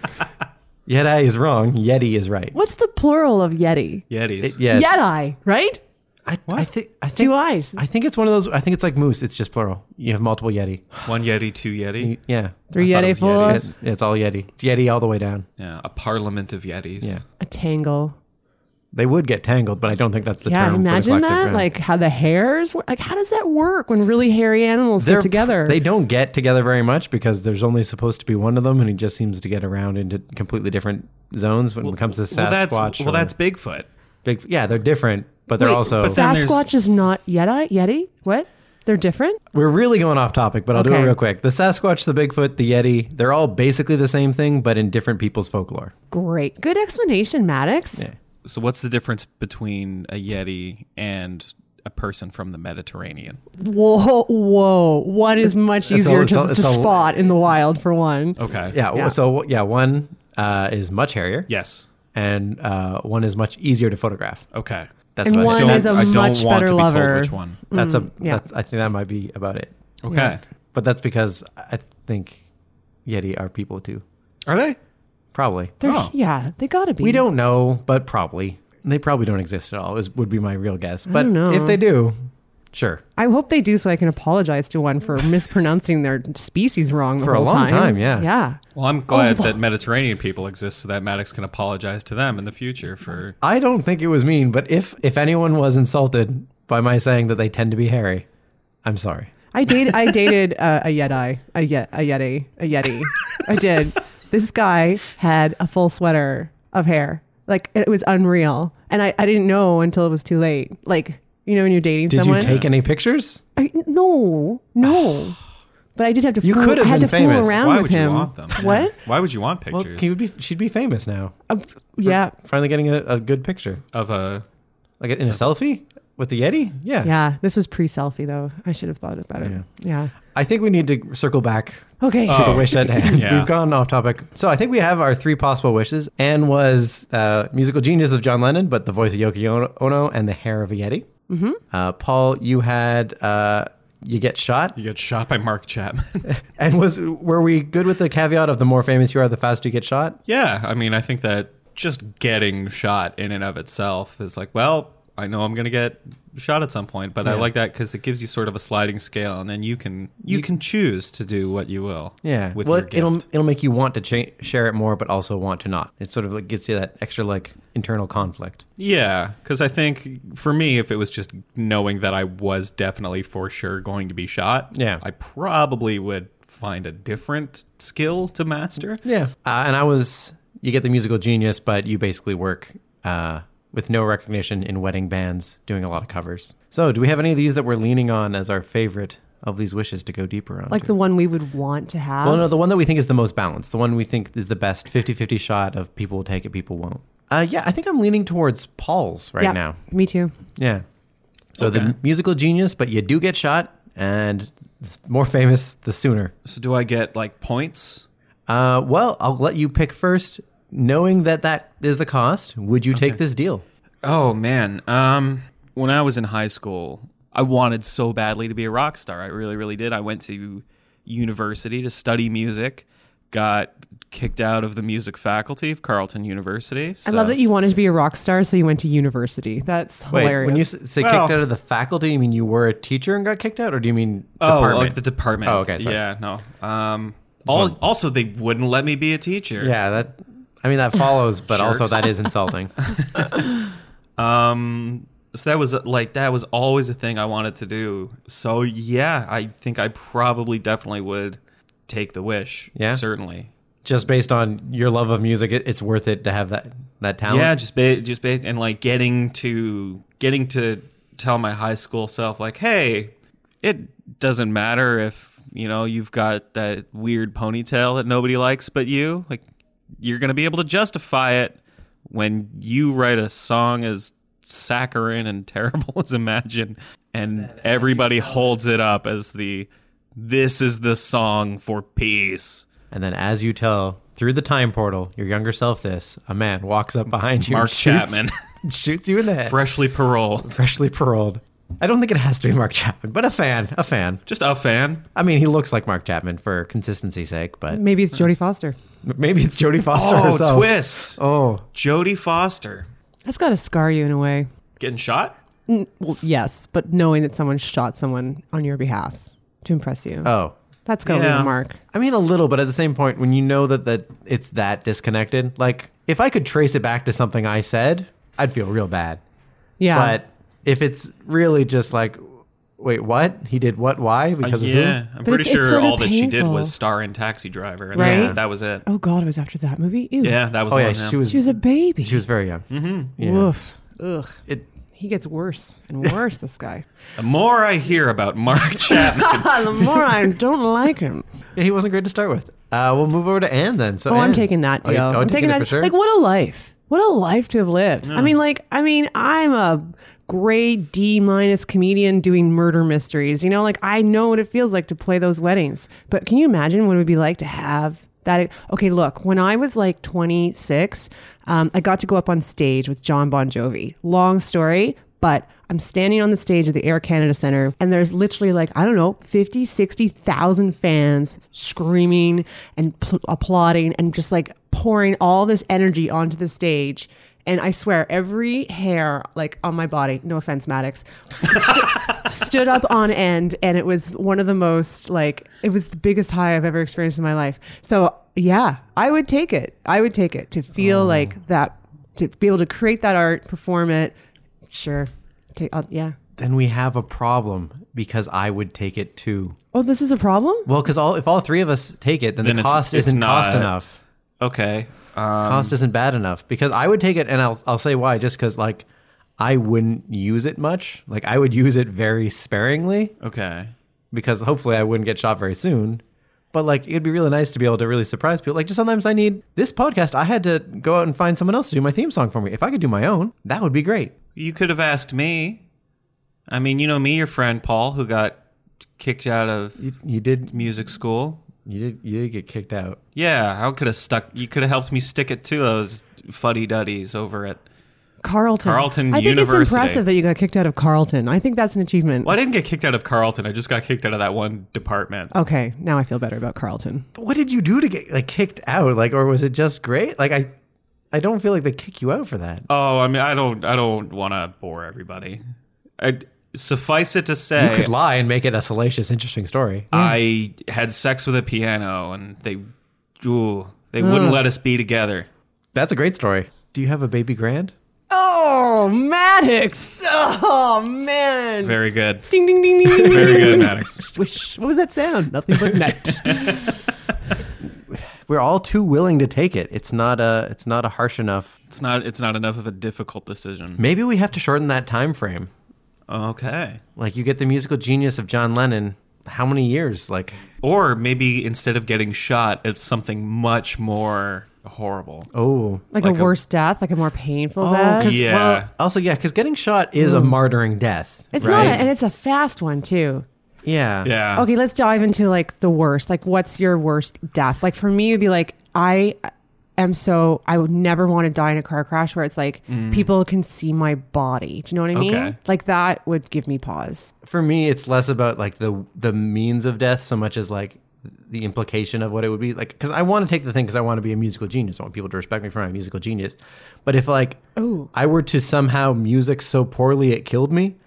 [SPEAKER 1] Yeti is wrong. Yeti is right.
[SPEAKER 3] What's the plural of Yeti?
[SPEAKER 2] Yetis.
[SPEAKER 1] It- yeah,
[SPEAKER 3] Yeti, right?
[SPEAKER 1] I, I think I think
[SPEAKER 3] Two eyes.
[SPEAKER 1] I think it's one of those. I think it's like moose. It's just plural. You have multiple Yeti.
[SPEAKER 2] One Yeti, two Yeti.
[SPEAKER 1] Yeah,
[SPEAKER 3] Three
[SPEAKER 2] I thought it
[SPEAKER 3] Yeti,
[SPEAKER 2] was
[SPEAKER 3] four.
[SPEAKER 2] Yetis.
[SPEAKER 1] It- it's all Yeti. It's Yeti all the way down.
[SPEAKER 2] Yeah. A parliament of Yetis.
[SPEAKER 1] Yeah.
[SPEAKER 3] A tangle.
[SPEAKER 1] They would get tangled, but I don't think that's the
[SPEAKER 3] yeah,
[SPEAKER 1] term. for
[SPEAKER 3] imagine
[SPEAKER 1] collective
[SPEAKER 3] that.
[SPEAKER 1] ground.
[SPEAKER 3] Like how the hairs work. Like how does that work when really hairy animals
[SPEAKER 1] They're-
[SPEAKER 3] get together?
[SPEAKER 1] They don't get together very much because there's only supposed to be one of them, and he just seems to get around into completely different zones when it comes to Sasquatch.
[SPEAKER 2] Well, that's
[SPEAKER 1] or
[SPEAKER 2] well, that's Bigfoot.
[SPEAKER 1] big, yeah, they're different, but they're
[SPEAKER 3] Wait,
[SPEAKER 1] also
[SPEAKER 2] but that- then there's-
[SPEAKER 3] Sasquatch is not Yeti. Yeti? What? They're different.
[SPEAKER 1] we're really going off topic, but I'll do it
[SPEAKER 3] Okay.
[SPEAKER 1] real quick. The Sasquatch, the Bigfoot, the Yeti, they're all basically the same thing, but in different people's folklore.
[SPEAKER 3] Great. Good explanation, Maddox.
[SPEAKER 1] Yeah.
[SPEAKER 2] So what's the difference between a Yeti and a person from the Mediterranean?
[SPEAKER 3] Whoa, whoa. One is much
[SPEAKER 1] It's
[SPEAKER 3] easier
[SPEAKER 1] all- it's
[SPEAKER 3] to,
[SPEAKER 1] all-
[SPEAKER 3] to
[SPEAKER 1] it's Oh. all-
[SPEAKER 3] spot in the wild, for one.
[SPEAKER 2] Okay.
[SPEAKER 1] Yeah, w-
[SPEAKER 3] Yeah.
[SPEAKER 1] so yeah, one uh, is much hairier,
[SPEAKER 2] Yes.
[SPEAKER 1] and uh, one is much easier to photograph.
[SPEAKER 2] Okay.
[SPEAKER 1] That's
[SPEAKER 3] And
[SPEAKER 1] about it.
[SPEAKER 2] I
[SPEAKER 3] one-
[SPEAKER 2] don't,
[SPEAKER 3] is a
[SPEAKER 2] I don't
[SPEAKER 3] much
[SPEAKER 2] want
[SPEAKER 3] better
[SPEAKER 2] to be
[SPEAKER 3] lover.
[SPEAKER 2] told which one.
[SPEAKER 1] That's a.
[SPEAKER 3] yeah.
[SPEAKER 1] that's, I think that might be about it.
[SPEAKER 2] Okay.
[SPEAKER 1] But that's because I think Yeti are people too.
[SPEAKER 2] Are they?
[SPEAKER 1] Probably.
[SPEAKER 3] They're,
[SPEAKER 2] Oh.
[SPEAKER 3] Yeah, they gotta be.
[SPEAKER 1] We don't know, but probably. They probably don't exist at all. Is, would be my real guess. But
[SPEAKER 3] don't know.
[SPEAKER 1] if they do, sure.
[SPEAKER 3] I hope they do so I can apologize to one for mispronouncing their species wrong the
[SPEAKER 1] For a
[SPEAKER 3] whole
[SPEAKER 1] long time, yeah.
[SPEAKER 3] Yeah.
[SPEAKER 2] Well, I'm glad
[SPEAKER 3] Oh,
[SPEAKER 2] that Mediterranean people exist so that Maddox can apologize to them in the future for.
[SPEAKER 1] I don't think it was mean, but if if anyone was insulted by my saying that they tend to be hairy, I'm sorry.
[SPEAKER 3] I dated I dated uh, a Yeti, a yet a Yeti, a Yeti. I did. This guy had a full sweater of hair. Like it was unreal. And I, I didn't know until it was too late. Like, you know, when you're dating
[SPEAKER 1] Did
[SPEAKER 3] someone.
[SPEAKER 1] you take any pictures?
[SPEAKER 3] I, no, no. But I did have to.
[SPEAKER 1] You
[SPEAKER 3] fool,
[SPEAKER 1] could have
[SPEAKER 3] I had
[SPEAKER 1] been
[SPEAKER 3] to fool
[SPEAKER 1] famous.
[SPEAKER 3] around
[SPEAKER 2] Why
[SPEAKER 3] with
[SPEAKER 2] would
[SPEAKER 3] him.
[SPEAKER 2] you want them?
[SPEAKER 3] What?
[SPEAKER 2] Why would you want
[SPEAKER 1] Well,
[SPEAKER 2] pictures
[SPEAKER 1] he would be. She'd be famous now.
[SPEAKER 3] Uh, yeah,
[SPEAKER 1] Finally getting a, a good picture,
[SPEAKER 2] of a?
[SPEAKER 1] like in a selfie with the Yeti. Yeah.
[SPEAKER 3] yeah. This was pre-selfie though. I should have thought about it. Yeah.
[SPEAKER 1] I think we need to circle back
[SPEAKER 3] Okay.
[SPEAKER 1] to
[SPEAKER 2] Oh.
[SPEAKER 1] the wish at hand.
[SPEAKER 2] [laughs] Yeah.
[SPEAKER 1] We've gone off topic. So I think we have our three possible wishes. Anne was uh, musical genius of John Lennon, but the voice of Yoko Ono- Ono and the hair of a Yeti. Mm-hmm. Uh, Paul, you had uh, you get shot,
[SPEAKER 2] You get shot by Mark Chapman. [laughs]
[SPEAKER 1] and was were we good with the caveat of the more famous you are, the faster you get shot?
[SPEAKER 2] yeah, I mean, I think that just getting shot in and of itself is like, well, I know I'm gonna get shot at some point, but I
[SPEAKER 1] Yeah.
[SPEAKER 2] like that because it gives you sort of a sliding scale, and then you can you, can choose to do what you will.
[SPEAKER 1] Yeah.
[SPEAKER 2] with
[SPEAKER 1] well,
[SPEAKER 2] your gift.
[SPEAKER 1] it'll it'll make you want to cha- share it more, but also want to not. It sort of like gets you that extra like internal conflict.
[SPEAKER 2] Yeah, because I think for me, if it was just knowing that I was definitely for sure going to be shot,
[SPEAKER 1] Yeah.
[SPEAKER 2] I probably would find a different skill to master.
[SPEAKER 1] Yeah. Uh, and I was, you get the musical genius, but you basically work uh, with no recognition in wedding bands, doing a lot of covers. So, do we have any of these that we're leaning on as our favorite of these wishes to go deeper on?
[SPEAKER 3] Like the one we would want to have.
[SPEAKER 2] Ah.
[SPEAKER 1] well, no, the one that we think is the most balanced, the one we think is the best 50 50 shot of people will take it, people won't. Uh, yeah, I think I'm leaning towards Paul's right
[SPEAKER 3] yeah.
[SPEAKER 1] now.
[SPEAKER 3] Me too.
[SPEAKER 1] Yeah. So,
[SPEAKER 2] Okay.
[SPEAKER 1] the musical genius, but you do get shot, and it's more famous the sooner.
[SPEAKER 2] So, do I get like points?
[SPEAKER 1] Uh, well, I'll let you pick first. Knowing that that is the cost, would you take this deal?
[SPEAKER 2] Oh man, um, when I was in high school, I wanted so badly to be a rock star. I really, really did. I went to university to study music. Got kicked out of the music faculty of Carleton University.
[SPEAKER 3] I love that you wanted to be a rock star, so you went to university. That's hilarious.
[SPEAKER 1] when you s- say
[SPEAKER 2] Well-
[SPEAKER 1] kicked out of the faculty, you mean you were a teacher and got kicked out, or do you mean
[SPEAKER 2] Oh,
[SPEAKER 1] department?
[SPEAKER 2] like the department.
[SPEAKER 1] Oh, okay, sorry.
[SPEAKER 2] Yeah, no. Um, al- also, they wouldn't let me be a teacher.
[SPEAKER 1] yeah, that. I
[SPEAKER 2] [laughs]
[SPEAKER 1] mean that follows, but also
[SPEAKER 2] Jerks.
[SPEAKER 1] that is
[SPEAKER 2] [laughs]
[SPEAKER 1] insulting.
[SPEAKER 2] Um, so that was uh, like that was always a thing I wanted to do. So yeah, I think I probably definitely would take the wish.
[SPEAKER 1] Yeah?
[SPEAKER 2] certainly.
[SPEAKER 1] Just based on your love of music, it, it's worth it to have that that talent.
[SPEAKER 2] Yeah, just ba- just ba- and like getting to getting to tell my high school self like, hey, it doesn't matter if you know you've got that weird ponytail that nobody likes but you. Like, you're gonna be able to justify it when you write a song as saccharine and [laughs] terrible as Imagine, and everybody holds it up as the this is the song for peace.
[SPEAKER 1] And then, as you tell through the time portal, your younger self, this a man walks up behind you,
[SPEAKER 2] Mark
[SPEAKER 1] [laughs] and shoots-
[SPEAKER 2] Chapman.
[SPEAKER 1] shoots you in the head,
[SPEAKER 2] Freshly paroled.
[SPEAKER 1] freshly paroled. I don't think it has to be Mark Chapman, but a fan, a fan.
[SPEAKER 2] Just a fan.
[SPEAKER 1] I mean, he looks like Mark Chapman for consistency's sake, but
[SPEAKER 3] Maybe it's Jodie Foster.
[SPEAKER 1] maybe it's Jodie Foster
[SPEAKER 2] oh,
[SPEAKER 1] herself.
[SPEAKER 2] twist.
[SPEAKER 1] Oh,
[SPEAKER 2] Jodie Foster
[SPEAKER 3] That's got to scar you in a way.
[SPEAKER 2] getting shot.
[SPEAKER 3] N- Well, yes, but knowing that someone shot someone on your behalf to impress you.
[SPEAKER 1] oh.
[SPEAKER 3] That's going to leave
[SPEAKER 2] Yeah.
[SPEAKER 3] a mark.
[SPEAKER 1] I mean, a little, but at the same point, when you know that that it's that disconnected, like if I could trace it back to something I said, I'd feel real bad.
[SPEAKER 3] Yeah.
[SPEAKER 1] But if it's really just like, wait, what he did, what, why,
[SPEAKER 3] Uh,
[SPEAKER 1] because of
[SPEAKER 2] yeah,
[SPEAKER 1] who?
[SPEAKER 2] I'm
[SPEAKER 3] But
[SPEAKER 2] pretty
[SPEAKER 3] it's- it's
[SPEAKER 2] sure
[SPEAKER 3] sort of
[SPEAKER 2] all that she did
[SPEAKER 3] painful.
[SPEAKER 2] was star in Taxi Driver, and
[SPEAKER 3] Right?
[SPEAKER 2] that, that was it.
[SPEAKER 3] oh, God, it was after that movie? Ew.
[SPEAKER 2] Yeah, that was.
[SPEAKER 1] Oh
[SPEAKER 2] the
[SPEAKER 1] yeah,
[SPEAKER 2] one,
[SPEAKER 1] she was
[SPEAKER 3] She was a baby.
[SPEAKER 1] she was very young. Mm-hmm. Yeah.
[SPEAKER 3] Woof. Ugh.
[SPEAKER 1] It
[SPEAKER 3] He gets worse
[SPEAKER 1] [laughs]
[SPEAKER 3] and worse, this guy.
[SPEAKER 2] The more I hear about Mark Chapman,
[SPEAKER 3] the more I don't like him.
[SPEAKER 1] yeah, he wasn't great to start with. Uh, we'll move over to Anne then. So
[SPEAKER 3] Oh, I'm
[SPEAKER 1] Anne.
[SPEAKER 3] taking that
[SPEAKER 1] Oh, you-
[SPEAKER 3] deal.
[SPEAKER 1] oh,
[SPEAKER 3] I'm taking
[SPEAKER 1] it
[SPEAKER 3] that.
[SPEAKER 1] for sure.
[SPEAKER 3] Like, what a life! What a life to have lived. I mean, like, I mean, I'm a grade D minus comedian doing murder mysteries. You know, like I know what it feels like to play those weddings. But can you imagine what it would be like to have that? Okay, look, when I was like 26, um, I got to go up on stage with John Bon Jovi. Long story, but I'm standing on the stage at the Air Canada Center and there's literally like, I don't know, 50, 60,000 fans screaming and pl- applauding and just like pouring all this energy onto the stage. And I swear, every hair like on my body, no offense, Maddox, st- stood up on end, and it was one of the most like it was the biggest high I've ever experienced in my life. So yeah, I would take it. I would take it to feel like that, to be able to create that art, perform it. Sure, take I'll, yeah.
[SPEAKER 1] Then we have a problem because I would take it too.
[SPEAKER 3] Oh, this is a problem.
[SPEAKER 1] Well, because all if all three of us take it, then,
[SPEAKER 2] Then
[SPEAKER 1] the
[SPEAKER 2] it's-
[SPEAKER 1] cost
[SPEAKER 2] it's
[SPEAKER 1] isn't cost
[SPEAKER 2] not-
[SPEAKER 1] enough.
[SPEAKER 2] Okay. Um,
[SPEAKER 1] cost isn't bad enough because I would take it, and I'll I'll say why. Just because like I wouldn't use it much. Like I would use it very sparingly
[SPEAKER 2] okay.
[SPEAKER 1] because hopefully I wouldn't get shot very soon. But like it'd be really nice to be able to really surprise people. Like just sometimes I need this podcast. I had to go out and find someone else to do my theme song for me. If I could do my own, that would be great.
[SPEAKER 2] You could have asked me. I mean, you know me, your friend Paul, who got kicked out of
[SPEAKER 1] You, you did
[SPEAKER 2] music school.
[SPEAKER 1] you did you did get kicked out.
[SPEAKER 2] Yeah, I could have stuck. You could have helped me stick it to those fuddy duddies over at.
[SPEAKER 3] Carleton.
[SPEAKER 2] Carleton
[SPEAKER 3] I think it's
[SPEAKER 2] University.
[SPEAKER 3] impressive that you got kicked out of Carleton. I think that's an achievement.
[SPEAKER 2] Well, I didn't get kicked out of Carlton. I just got kicked out of that one department.
[SPEAKER 3] Okay, now I feel better about Carleton.
[SPEAKER 1] But what did you do to get like kicked out? Like or was it just great? Like I I don't feel like they kick you out for that.
[SPEAKER 2] Oh, I mean, I don't, I don't want to bore everybody. I, suffice it to
[SPEAKER 1] You
[SPEAKER 2] say,
[SPEAKER 1] could lie and make it a salacious, interesting story.
[SPEAKER 2] I had sex with a piano, and they, ooh, they wouldn't let us be together.
[SPEAKER 1] That's a great story. Do you have a baby grand?
[SPEAKER 3] Oh, Maddox! Oh man!
[SPEAKER 2] Very good,
[SPEAKER 3] ding ding ding ding.
[SPEAKER 2] [laughs]
[SPEAKER 3] ding,
[SPEAKER 2] very
[SPEAKER 3] ding.
[SPEAKER 2] good,
[SPEAKER 3] [laughs]
[SPEAKER 2] Maddox.
[SPEAKER 3] Swish. What was that sound? Nothing but net.
[SPEAKER 1] We're all too willing to take it. It's not a it's not a harsh enough.
[SPEAKER 2] It's not, it's not enough of a difficult decision.
[SPEAKER 1] Maybe we have to shorten that time frame.
[SPEAKER 2] Okay,
[SPEAKER 1] Like you get the musical genius of John Lennon. How many years? Like
[SPEAKER 2] or maybe instead of getting shot, it's something much more horrible.
[SPEAKER 1] oh
[SPEAKER 3] like,
[SPEAKER 2] Like
[SPEAKER 3] a
[SPEAKER 2] a-
[SPEAKER 3] worse death, like a more painful
[SPEAKER 1] oh
[SPEAKER 3] death.
[SPEAKER 1] 'cause-
[SPEAKER 2] Yeah.
[SPEAKER 1] well, also yeah, because getting shot is a martyring death.
[SPEAKER 3] It's
[SPEAKER 1] right?
[SPEAKER 3] not, a, and it's a fast one too.
[SPEAKER 1] yeah
[SPEAKER 2] Yeah.
[SPEAKER 3] Okay, let's dive into like the worst. Like, what's your worst death? Like for me, it'd be like I am so I would never want to die in a car crash where it's like
[SPEAKER 1] Mm.
[SPEAKER 3] people can see my body. Do you know what I mean?
[SPEAKER 2] Okay.
[SPEAKER 3] Like that would give me pause.
[SPEAKER 1] For me, it's less about like the the means of death so much as like the implication of what it would be like. Because I want to take the thing because I want to be a musical genius. I want people to respect me for my musical genius. But if like
[SPEAKER 3] Ooh.
[SPEAKER 1] I were to somehow music so poorly it killed me,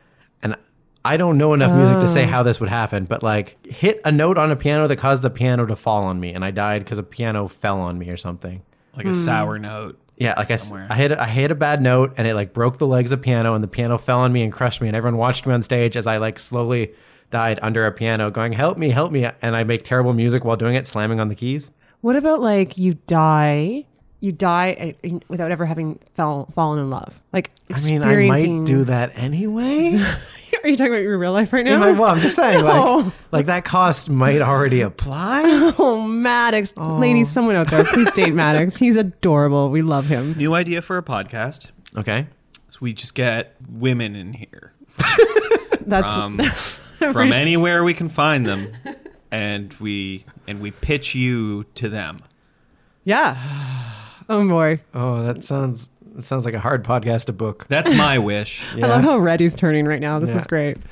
[SPEAKER 1] and I don't know enough music to say how this would happen, but like hit a note on a piano that caused the piano to fall on me, and I died because a piano fell on me or something.
[SPEAKER 2] Like a sour note.
[SPEAKER 1] Yeah, like I, s-
[SPEAKER 2] Somewhere.
[SPEAKER 1] I hit a- I hit a bad note and it like broke the legs of piano and the piano fell on me and crushed me and everyone watched me on stage as I like slowly died under a piano going help me help me and I make terrible music while doing it slamming on the keys.
[SPEAKER 3] What about like you die, you die uh, in- without ever having fell, fallen in love? Like
[SPEAKER 1] I mean, I might
[SPEAKER 3] experiencing-
[SPEAKER 1] do that anyway.
[SPEAKER 3] [laughs] Are you talking about your real life right now?
[SPEAKER 1] Like, [laughs] well, I'm just saying
[SPEAKER 3] No.
[SPEAKER 1] like like that cost might already
[SPEAKER 3] [laughs]
[SPEAKER 1] apply.
[SPEAKER 3] oh, Maddox, ladies, someone out there, please
[SPEAKER 1] [laughs]
[SPEAKER 3] date Maddox. He's adorable. We love him.
[SPEAKER 2] New idea for a podcast.
[SPEAKER 1] Okay.
[SPEAKER 2] So we just get women in here
[SPEAKER 3] That's
[SPEAKER 2] um, from anywhere we can find them, and we and we pitch you to them.
[SPEAKER 3] yeah. Oh boy,
[SPEAKER 1] Oh, that sounds that sounds like a hard podcast to book.
[SPEAKER 2] That's my wish.
[SPEAKER 3] I
[SPEAKER 1] Yeah.
[SPEAKER 3] love how red he's turning right now. This
[SPEAKER 1] Yeah.
[SPEAKER 3] is great.
[SPEAKER 1] [laughs]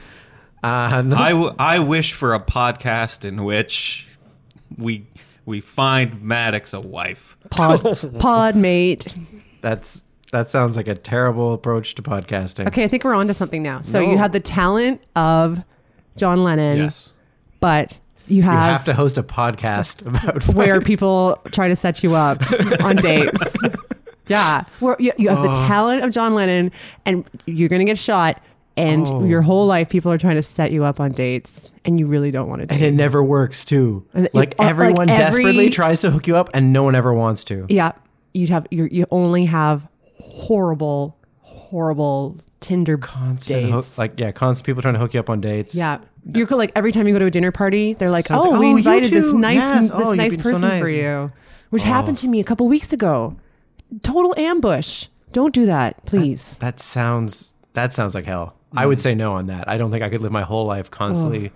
[SPEAKER 1] Uh, [laughs] no-
[SPEAKER 2] I, w- I wish for a podcast in which we we find Maddox a wife.
[SPEAKER 3] Pod, pod mate.
[SPEAKER 1] [laughs] that's that sounds like a terrible approach to podcasting.
[SPEAKER 3] Okay, I think we're on to something now. So
[SPEAKER 1] No.
[SPEAKER 3] you had the talent of John Lennon,
[SPEAKER 2] Yes.
[SPEAKER 3] but you have,
[SPEAKER 1] You have to host a podcast [laughs] about
[SPEAKER 3] where people try to set you up on dates.
[SPEAKER 1] [laughs]
[SPEAKER 3] Yeah, where you, you have the
[SPEAKER 1] Oh.
[SPEAKER 3] talent of John Lennon, and you're gonna get shot, and
[SPEAKER 1] Oh.
[SPEAKER 3] your whole life people are trying to set you up on dates, and you really don't want to date.
[SPEAKER 1] and it never works too.
[SPEAKER 3] And it-
[SPEAKER 1] like
[SPEAKER 3] uh, like
[SPEAKER 1] everyone
[SPEAKER 3] every-
[SPEAKER 1] desperately tries to hook you up, and no one ever wants to.
[SPEAKER 3] yeah, you have you you only have horrible, horrible Tinder
[SPEAKER 1] And
[SPEAKER 3] dates.
[SPEAKER 1] hook- like yeah, constant people trying to hook you up on dates.
[SPEAKER 3] yeah. You're co- like every time you go to a dinner party, they're like,
[SPEAKER 1] Sounds
[SPEAKER 3] "Oh,
[SPEAKER 1] like-
[SPEAKER 3] we
[SPEAKER 1] oh, you
[SPEAKER 3] invited this
[SPEAKER 1] too.
[SPEAKER 3] nice
[SPEAKER 1] Yes.
[SPEAKER 3] this
[SPEAKER 1] Oh, you've
[SPEAKER 3] nice
[SPEAKER 1] been so
[SPEAKER 3] person for
[SPEAKER 1] nice.
[SPEAKER 3] you," which happened to me a couple weeks ago. Total ambush. Don't do that, please.
[SPEAKER 1] that sounds that sounds like hell. I would say no on that. I don't think I could live my whole life constantly,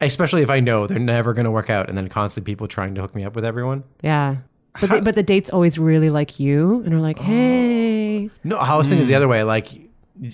[SPEAKER 1] especially if I know they're never going to work out, and then constantly people trying to hook me up with everyone.
[SPEAKER 3] Yeah. But, they,
[SPEAKER 1] Oh.
[SPEAKER 3] but the date's always really like you and are like, hey. Mm.
[SPEAKER 1] No, I was thinking the other way. Like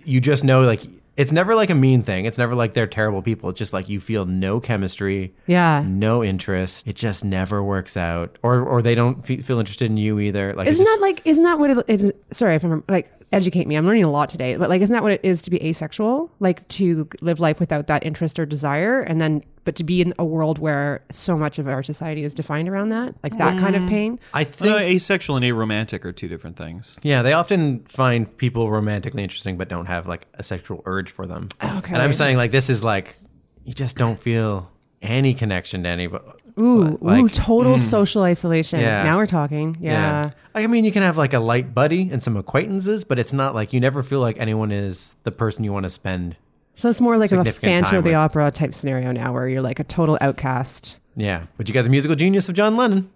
[SPEAKER 1] you just know like it's never like a mean thing. It's never like they're terrible people. It's just like you feel no chemistry,
[SPEAKER 3] Yeah.
[SPEAKER 1] no interest. It just never works out, or or they don't fe- feel interested in you either. Like it's
[SPEAKER 3] Isn't
[SPEAKER 1] just-
[SPEAKER 3] that like? Isn't that what it is? Sorry if I'm like educate me. I'm learning a lot today. But like, isn't that what it is to be asexual? Like to live life without that interest or desire, and then but to be in a world where so much of our society is defined around that, like that kind of pain.
[SPEAKER 1] I think
[SPEAKER 2] Uh, asexual and aromantic are two different things.
[SPEAKER 1] Yeah, they often find people romantically interesting but don't have like a sexual urge for them.
[SPEAKER 3] Oh, Okay.
[SPEAKER 1] And I'm saying like this is like you just don't feel any connection to anybody.
[SPEAKER 3] Ooh,
[SPEAKER 1] Like-
[SPEAKER 3] ooh, total social isolation.
[SPEAKER 1] Yeah.
[SPEAKER 3] Now we're talking. mm. Yeah.
[SPEAKER 1] Like, I mean, you can have like a light buddy and some acquaintances, but it's not like you never feel like anyone is the person you want to spend.
[SPEAKER 3] So it's more like of a
[SPEAKER 1] Significant
[SPEAKER 3] Phantom
[SPEAKER 1] time
[SPEAKER 3] of the
[SPEAKER 1] with-
[SPEAKER 3] Opera type scenario now, where you're like a total outcast.
[SPEAKER 1] Yeah. But you got the musical genius of John Lennon.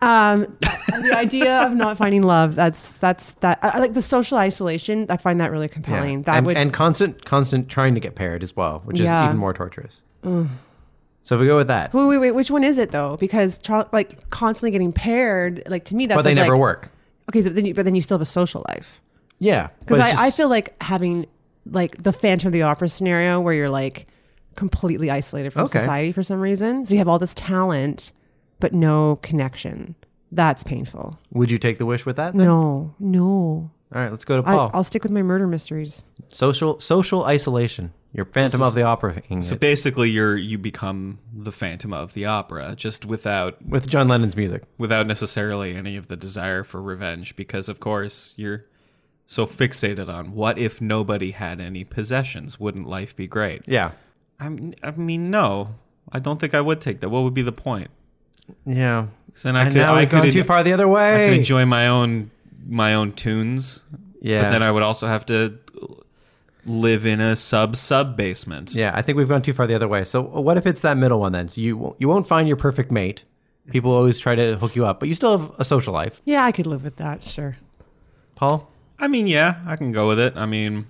[SPEAKER 3] Um, [laughs] the idea of not finding love. That's that's that. I, I like the social isolation. I find that really
[SPEAKER 1] Yeah.
[SPEAKER 3] compelling. That
[SPEAKER 1] and,
[SPEAKER 3] would
[SPEAKER 1] and constant constant trying to get paired as well, which
[SPEAKER 3] Yeah.
[SPEAKER 1] is even more torturous. So if we go with that.
[SPEAKER 3] Wait, wait, wait. Which one is it though? Because tra- like constantly getting paired, like to me, that's
[SPEAKER 1] But they
[SPEAKER 3] just,
[SPEAKER 1] never
[SPEAKER 3] like-
[SPEAKER 1] work.
[SPEAKER 3] Okay, so then you, but then you still have a social life.
[SPEAKER 1] Yeah.
[SPEAKER 3] Because I, I feel like having like the Phantom of the Opera scenario where you're like completely isolated from
[SPEAKER 1] Okay.
[SPEAKER 3] society for some reason. So you have all this talent, but no connection. That's painful.
[SPEAKER 1] Would you take the wish with that? then? Oh.
[SPEAKER 3] No, no.
[SPEAKER 1] All right, let's go to
[SPEAKER 3] I,
[SPEAKER 1] Paul.
[SPEAKER 3] I'll stick with my murder mysteries.
[SPEAKER 1] Social social isolation. Your Phantom of the Opera
[SPEAKER 2] So basically, you're you become the Phantom of the Opera, just without
[SPEAKER 1] with John Lennon's music.
[SPEAKER 2] without necessarily any of the desire for revenge, because of course you're so fixated on what if nobody had any possessions? Wouldn't life be great?
[SPEAKER 1] Yeah.
[SPEAKER 2] I'm, I mean, no, I don't think I would take that. What would be the point?
[SPEAKER 1] Yeah.
[SPEAKER 2] 'Cause Then I
[SPEAKER 1] And
[SPEAKER 2] could,
[SPEAKER 1] now
[SPEAKER 2] I
[SPEAKER 1] we've
[SPEAKER 2] could
[SPEAKER 1] gone
[SPEAKER 2] en-
[SPEAKER 1] too far the other
[SPEAKER 2] I could
[SPEAKER 1] way.
[SPEAKER 2] enjoy my own my own tunes.
[SPEAKER 1] Yeah.
[SPEAKER 2] but then I would also have to live in a sub sub basement.
[SPEAKER 1] yeah, I think we've gone too far the other way. So what if it's that middle one then? So you won't- you won't find your perfect mate. People always try to hook you up, but you still have a social life.
[SPEAKER 3] Yeah, I could live with that. Sure.
[SPEAKER 1] Paul,
[SPEAKER 2] I mean, yeah, I can go with it. I mean,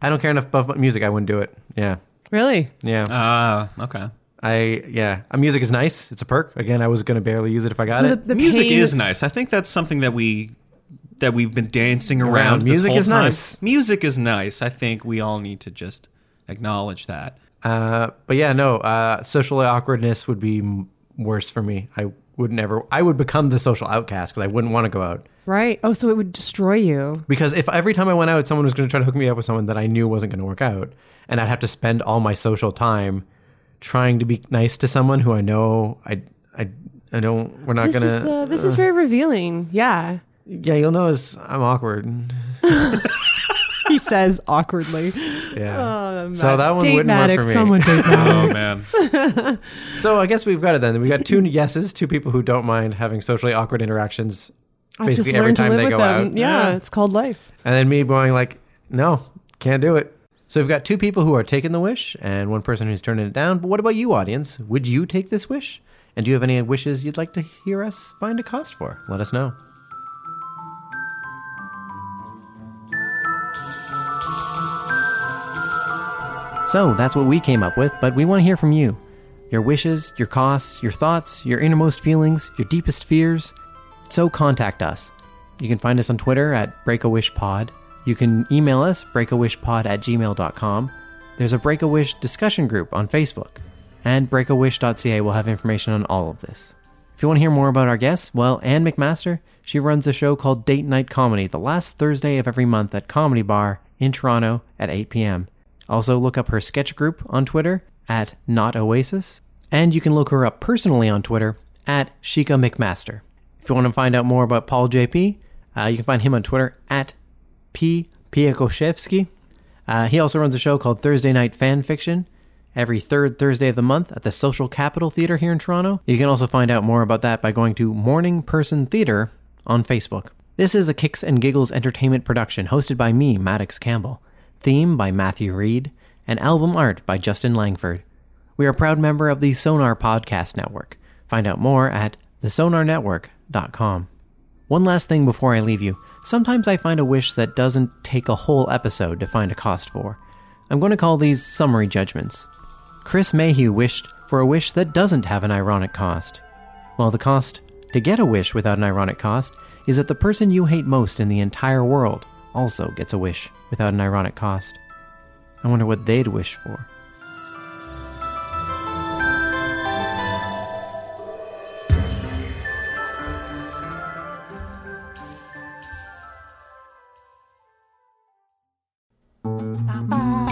[SPEAKER 1] I don't care enough about music. I wouldn't do it. Yeah.
[SPEAKER 3] Really?
[SPEAKER 1] Yeah.
[SPEAKER 2] ah, okay.
[SPEAKER 1] I yeah. Uh, music is nice. It's a perk. Again, I was going to barely use it if I got
[SPEAKER 3] So
[SPEAKER 1] it.
[SPEAKER 3] the
[SPEAKER 2] music
[SPEAKER 3] pain-
[SPEAKER 2] is nice. I think that's something that we that we've been dancing around. this
[SPEAKER 1] Music
[SPEAKER 2] whole
[SPEAKER 1] is
[SPEAKER 2] time.
[SPEAKER 1] nice.
[SPEAKER 2] Music is nice. I think we all need to just acknowledge that.
[SPEAKER 1] Uh, but yeah, no, uh, social awkwardness would be m- worse for me. I would never, I would become the social outcast because I wouldn't want to go out.
[SPEAKER 3] Right. Oh, so it would destroy you.
[SPEAKER 1] Because if every time I went out, someone was going to try to hook me up with someone that I knew wasn't going to work out, and I'd have to spend all my social time trying to be nice to someone who I know I, I, I don't, we're not
[SPEAKER 3] This
[SPEAKER 1] going
[SPEAKER 3] is
[SPEAKER 1] to,
[SPEAKER 3] uh, this is very revealing. Yeah.
[SPEAKER 1] yeah, you'll notice I'm awkward.
[SPEAKER 3] [laughs] he says awkwardly.
[SPEAKER 1] Yeah.
[SPEAKER 3] Oh,
[SPEAKER 1] so that one
[SPEAKER 3] date
[SPEAKER 1] wouldn't
[SPEAKER 3] Maddox,
[SPEAKER 1] work for me.
[SPEAKER 3] Someone date
[SPEAKER 1] [laughs]
[SPEAKER 2] Oh
[SPEAKER 3] Maddox.
[SPEAKER 2] man,
[SPEAKER 1] So I guess we've got it then. We got two yeses, two people who don't mind having socially awkward interactions
[SPEAKER 3] I've just
[SPEAKER 1] basically every
[SPEAKER 3] learned to
[SPEAKER 1] time
[SPEAKER 3] live
[SPEAKER 1] they
[SPEAKER 3] with
[SPEAKER 1] go
[SPEAKER 3] them.
[SPEAKER 1] out.
[SPEAKER 3] Yeah,
[SPEAKER 2] Yeah.
[SPEAKER 3] it's called life.
[SPEAKER 1] And then me going like, no, can't do it. So we've got two people who are taking the wish and one person who's turning it down. But what about you, audience? Would you take this wish? And do you have any wishes you'd like to hear us find a cost for? Let us know. So that's what we came up with, but we want to hear from you. Your wishes, your costs, your thoughts, your innermost feelings, your deepest fears. So contact us. You can find us on Twitter at BreakAWishPod. You can email us, breakawishpod at gmail.com. There's a Break a Wish discussion group on Facebook. And breakawish.ca will have information on all of this. If you want to hear more about our guests, well, Anne McMaster, she runs a show called Date Night Comedy the last Thursday of every month at Comedy Bar in Toronto at 8 p.m. Also, look up her sketch group on Twitter at Not Oasis, and you can look her up personally on Twitter at Sheikah McMaster. If you want to find out more about Paul JP, uh, you can find him on Twitter at P. Piakoshevsky. Uh, he also runs a show called Thursday Night Fan Fiction every third Thursday of the month at the Social Capital Theater here in Toronto. You can also find out more about that by going to Morning Person Theater on Facebook. This is a Kicks and Giggles entertainment production hosted by me, Maddox Campbell, theme by Matthew Reed, and album art by Justin Langford. We are a proud member of the Sonar Podcast Network. Find out more at thesonarnetwork.com. One last thing before I leave you. Sometimes I find a wish that doesn't take a whole episode to find a cost for. I'm going to call these summary judgments. Chris Mayhew wished for a wish that doesn't have an ironic cost. Well, the cost to get a wish without an ironic cost is that the person you hate most in the entire world also gets a wish without an ironic cost. I wonder what they'd wish for.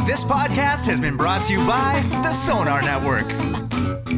[SPEAKER 4] This podcast has been brought to you by the Sonar Network.